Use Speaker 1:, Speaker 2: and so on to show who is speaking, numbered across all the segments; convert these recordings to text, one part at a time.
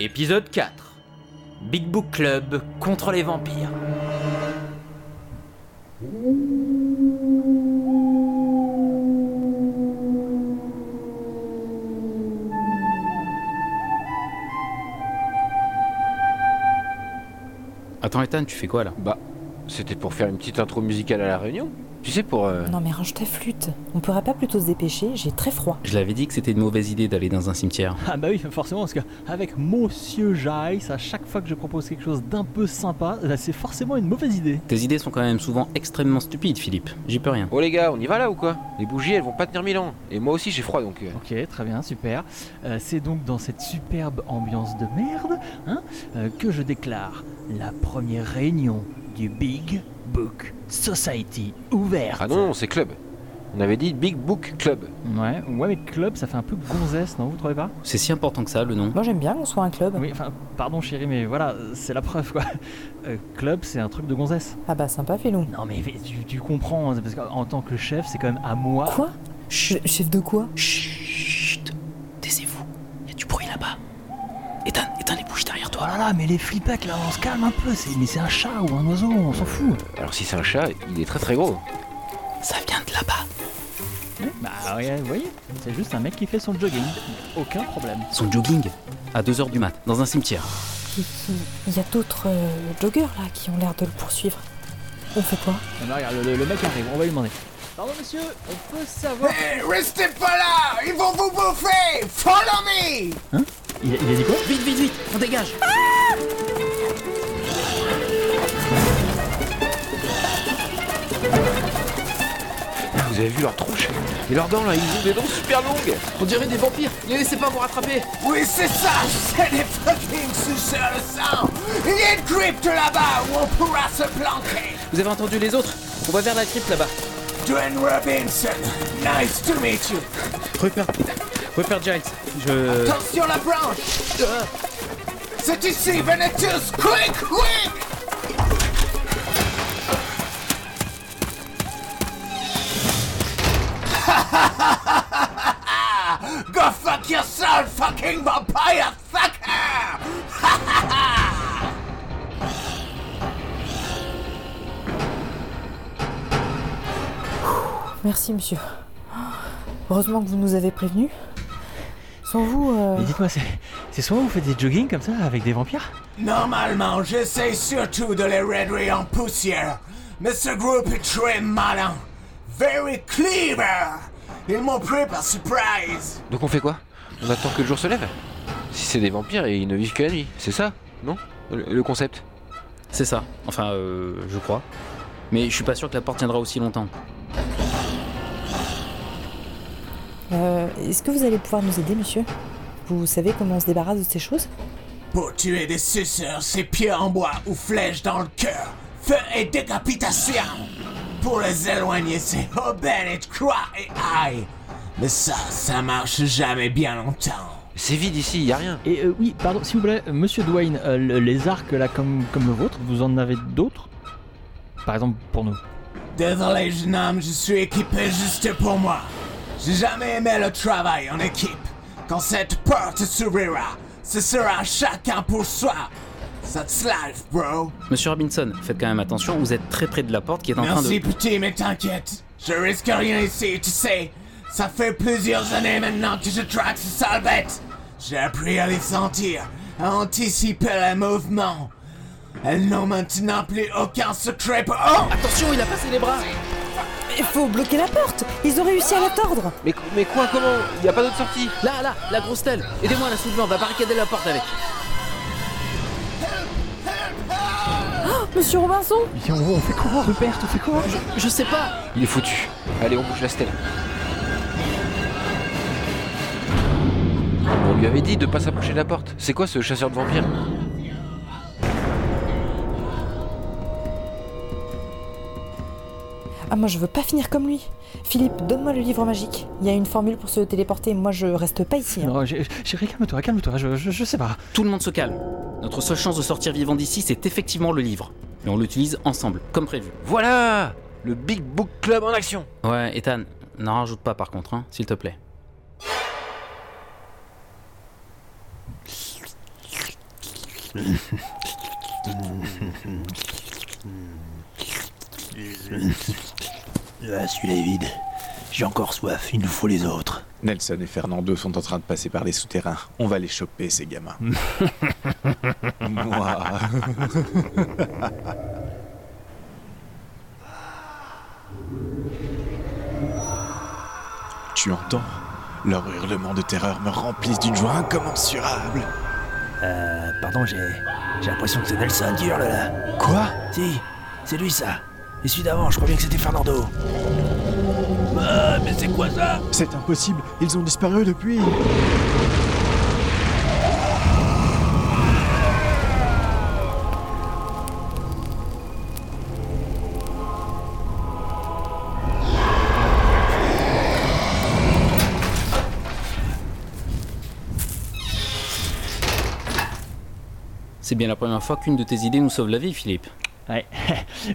Speaker 1: Épisode 4 Big Book Club contre les vampires.
Speaker 2: Attends, Ethan, tu fais quoi là
Speaker 3: Bah, c'était pour faire une petite intro musicale à la réunion. Tu sais, pour. euh,
Speaker 4: Non mais range ta flûte. On pourrait pas plutôt se dépêcher, j'ai très froid.
Speaker 2: Je l'avais dit que c'était une mauvaise idée d'aller dans un cimetière.
Speaker 5: Ah bah oui, forcément, parce que avec Monsieur Jaïs, à chaque fois que je propose quelque chose d'un peu sympa, là, c'est forcément une mauvaise idée.
Speaker 2: Tes idées sont quand même souvent extrêmement stupides, Philippe. J'y peux rien.
Speaker 3: Oh les gars, on y va là ou quoi Les bougies, elles vont pas tenir mille ans. Et moi aussi, j'ai froid donc. euh,
Speaker 5: Ok, très bien, super. Euh, c'est donc dans cette superbe ambiance de merde hein, euh, que je déclare la première réunion du Big Book Society ouverte.
Speaker 3: Ah non, non, c'est club. On avait dit Big Book Club.
Speaker 5: Ouais, ouais, mais club, ça fait un peu gonzesse, non Vous trouvez pas
Speaker 2: C'est si important que ça, le nom
Speaker 4: Moi j'aime bien qu'on soit un club.
Speaker 5: Oui, enfin, pardon chérie, mais voilà, c'est la preuve quoi. Euh, club, c'est un truc de gonzesse.
Speaker 4: Ah bah sympa Philou.
Speaker 5: Non mais mais tu, tu comprends, hein, parce qu'en tant que chef, c'est quand même à moi.
Speaker 4: Quoi Le Chef de quoi
Speaker 2: Chut Taisez-vous. Il y a du bruit là-bas. Ethan, éteins les bouches derrière
Speaker 5: Oh
Speaker 2: toi.
Speaker 5: là là, mais les flippettes là, on se calme un peu, c'est, mais c'est un chat ou un oiseau, on s'en fout.
Speaker 3: Alors si c'est un chat, il est très très gros.
Speaker 2: Ça vient de là-bas.
Speaker 5: Bah ouais, vous voyez, c'est juste un mec qui fait son jogging, aucun problème.
Speaker 2: Son jogging à 2h du mat, dans un cimetière.
Speaker 4: Qui- qui- Il y a d'autres euh, joggers là qui ont l'air de le poursuivre. On fait quoi
Speaker 5: Ah bah regarde, le, le mec arrive, on va lui demander. Pardon monsieur, on peut savoir...
Speaker 6: Restez pas là Ils vont vous bouffer Follow me
Speaker 5: Hein? Il, il a dit quoi
Speaker 2: Vite, vite, vite On dégage
Speaker 3: Ah, Vous avez vu leur tronche Et leurs dents là, ils ont des dents super longues.
Speaker 2: On dirait des vampires Ne laissez pas vous rattraper
Speaker 6: Oui, c'est ça C'est des fucking suceurs de sang Il y a une crypte là-bas où on pourra se planquer
Speaker 2: Vous avez entendu les autres On va vers la crypte là-bas.
Speaker 6: Dwayne Robinson, nice to meet you
Speaker 2: Rupert. Rupert Giles. Je.
Speaker 6: Attention la branche C'est ici, Venetus Quick, quick Go fuck yourself, fucking vampire fucker
Speaker 4: Merci monsieur. Oh, Heureusement que vous nous avez prévenus. Sans vous... euh,
Speaker 5: Mais dites-moi, c'est, c'est souvent vous faites des joggings comme ça avec des vampires
Speaker 6: Normalement, j'essaie surtout de les réduire en poussière, mais ce groupe est très malin. Very clever Ils m'ont pris par surprise
Speaker 3: Donc on fait quoi On attend que le jour se lève Si c'est des vampires, ils ne vivent que la nuit. C'est ça Non le, le concept
Speaker 2: C'est ça. Enfin, euh, je crois. Mais je suis pas sûr que la porte tiendra aussi longtemps.
Speaker 4: euh, Est-ce que vous allez pouvoir nous aider monsieur Vous savez comment on se débarrasse de ces choses
Speaker 6: Pour tuer des suceurs, c'est pieds en bois ou flèches dans le cœur, feu et décapitation Pour les éloigner, c'est aubaine et croix et aïe Mais ça, ça marche jamais bien longtemps.
Speaker 3: C'est vide ici, y a rien.
Speaker 5: Et euh, oui, pardon, s'il vous plaît, euh, monsieur Dwayne, euh, le- les arcs là comme, comme le vôtre, vous en avez d'autres Par exemple pour nous.
Speaker 6: Désolé, jeune homme, je suis équipé juste pour moi. J'ai jamais aimé le travail en équipe. Quand cette porte s'ouvrira, ce sera chacun pour soi. That's life, bro.
Speaker 2: Monsieur Robinson, faites quand même attention, vous êtes très près de la porte qui est en train de.
Speaker 6: Merci, petit, mais t'inquiète. Je risque rien ici, tu sais. Ça fait plusieurs années maintenant que je traque ce sale bête. J'ai appris à les sentir, à anticiper les mouvements. Elles n'ont maintenant plus aucun secret pour... Oh
Speaker 2: Attention, il a passé les bras
Speaker 4: Il faut bloquer la porte Ils ont réussi à la tordre
Speaker 3: Mais, mais quoi Comment Y a pas d'autre sortie
Speaker 2: Là, là, la grosse telle Aidez-moi à la soulever, on va barricader la porte avec
Speaker 4: Monsieur Robinson
Speaker 5: Viens, on fait quoi Rupert, on fait quoi
Speaker 2: Je sais pas
Speaker 3: Il est foutu. Allez, on bouge la stèle. On lui avait dit de pas s'approcher de la porte. C'est quoi ce chasseur de vampires
Speaker 4: Ah moi je veux pas finir comme lui Philippe, donne-moi le livre magique. Il y a une formule pour se téléporter, moi je reste pas ici. hein.
Speaker 5: Non, j'ai- Chérie, calme-toi, calme-toi, je- je- je sais pas.
Speaker 2: Tout le monde se calme. Notre seule chance de sortir vivant d'ici, c'est effectivement le livre. Et on l'utilise ensemble, comme prévu.
Speaker 3: Voilà Le Big Book Club en action
Speaker 2: Ouais, Ethan, n'en rajoute pas par contre, hein, s'il te plaît.
Speaker 7: Ah, celui-là est vide. J'ai encore soif, il nous faut les autres.
Speaker 8: Nelson et Fernando sont en train de passer par les souterrains. On va les choper, ces gamins. Moi. tu entends Leurs hurlements de terreur me remplissent d'une joie incommensurable.
Speaker 7: Euh, pardon, j'ai. J'ai l'impression que c'est Nelson qui hurle là.
Speaker 8: Quoi
Speaker 7: Si, c'est lui ça. Et celui d'avant, je crois bien que c'était Fernando. Ah, mais c'est quoi ça
Speaker 8: C'est impossible, ils ont disparu depuis.
Speaker 2: C'est bien la première fois qu'une de tes idées nous sauve la vie, Philippe.
Speaker 5: Ouais.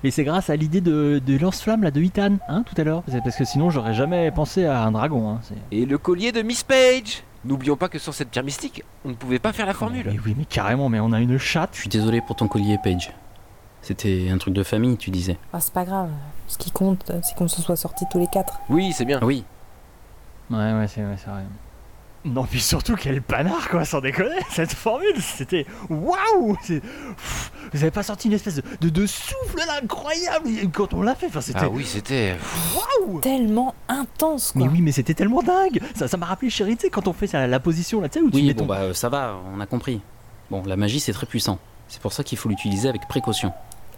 Speaker 5: Mais c'est grâce à l'idée de, de lance-flamme là de Itan, hein, tout à l'heure. C'est Parce que sinon j'aurais jamais pensé à un dragon. Hein. c'est-
Speaker 3: Et le collier de Miss Page N'oublions pas que sans cette pierre mystique, on ne pouvait pas faire la formule.
Speaker 5: Mais Ah oui, mais carrément, mais on a une
Speaker 2: Je
Speaker 5: chatte.
Speaker 2: suis désolé pour ton collier, Paige. C'était un truc de famille, tu disais.
Speaker 4: Ah, c'est pas grave. Ce qui compte, c'est qu'on se soit sortis tous les quatre.
Speaker 3: Oui, c'est bien.
Speaker 2: Ah oui,
Speaker 5: Ouais, ouais, c'est ouais, c'est vrai. Non, puis surtout, quel panard, quoi, sans déconner. Cette formule, c'était waouh! c'est- Pff, Vous avez pas sorti une espèce de, de, de souffle là, incroyable quand on l'a fait. Enfin, c'était
Speaker 3: Ah oui, c'était.
Speaker 5: waouh!
Speaker 4: Tellement intense, quoi.
Speaker 5: Mais oui, mais c'était tellement dingue! Ça ça m'a rappelé, chérie, tu sais, quand on fait ça, la position là, tu sais, où tu
Speaker 2: oui,
Speaker 5: mets
Speaker 2: bon
Speaker 5: ton-
Speaker 2: bah euh, ça va, on a compris. Bon, la magie c'est très puissant. C'est pour ça qu'il faut l'utiliser avec précaution.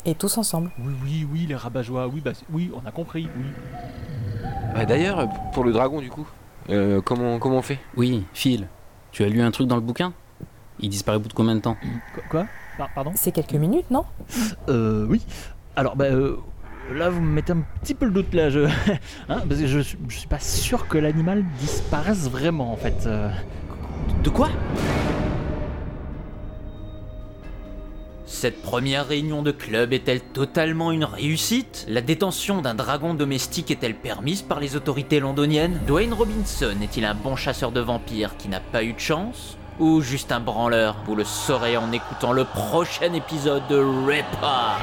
Speaker 4: Et tous ensemble.
Speaker 5: Oui, oui, oui, les rabat oui, bah, c'est- oui, on a compris, oui.
Speaker 3: Ah, D'ailleurs, pour le dragon, du coup, euh, comment, comment on fait
Speaker 2: Oui, Phil, tu as lu un truc dans le bouquin Il disparaît au bout de combien de temps
Speaker 5: Quoi, quoi Par- Pardon?
Speaker 4: C'est quelques minutes, non
Speaker 5: Euh, oui. Alors, bah, euh, là, vous me mettez un petit peu le doute, là. Je, hein, parce que je, suis- je suis pas sûr que l'animal disparaisse vraiment, en fait. euh.
Speaker 2: De quoi
Speaker 1: Cette première réunion de club est-elle totalement une réussite La détention d'un dragon domestique est-elle permise par les autorités londoniennes Dwayne Robinson est-il un bon chasseur de vampires qui n'a pas eu de chance Ou juste un branleur Vous le saurez en écoutant le prochain épisode de Repa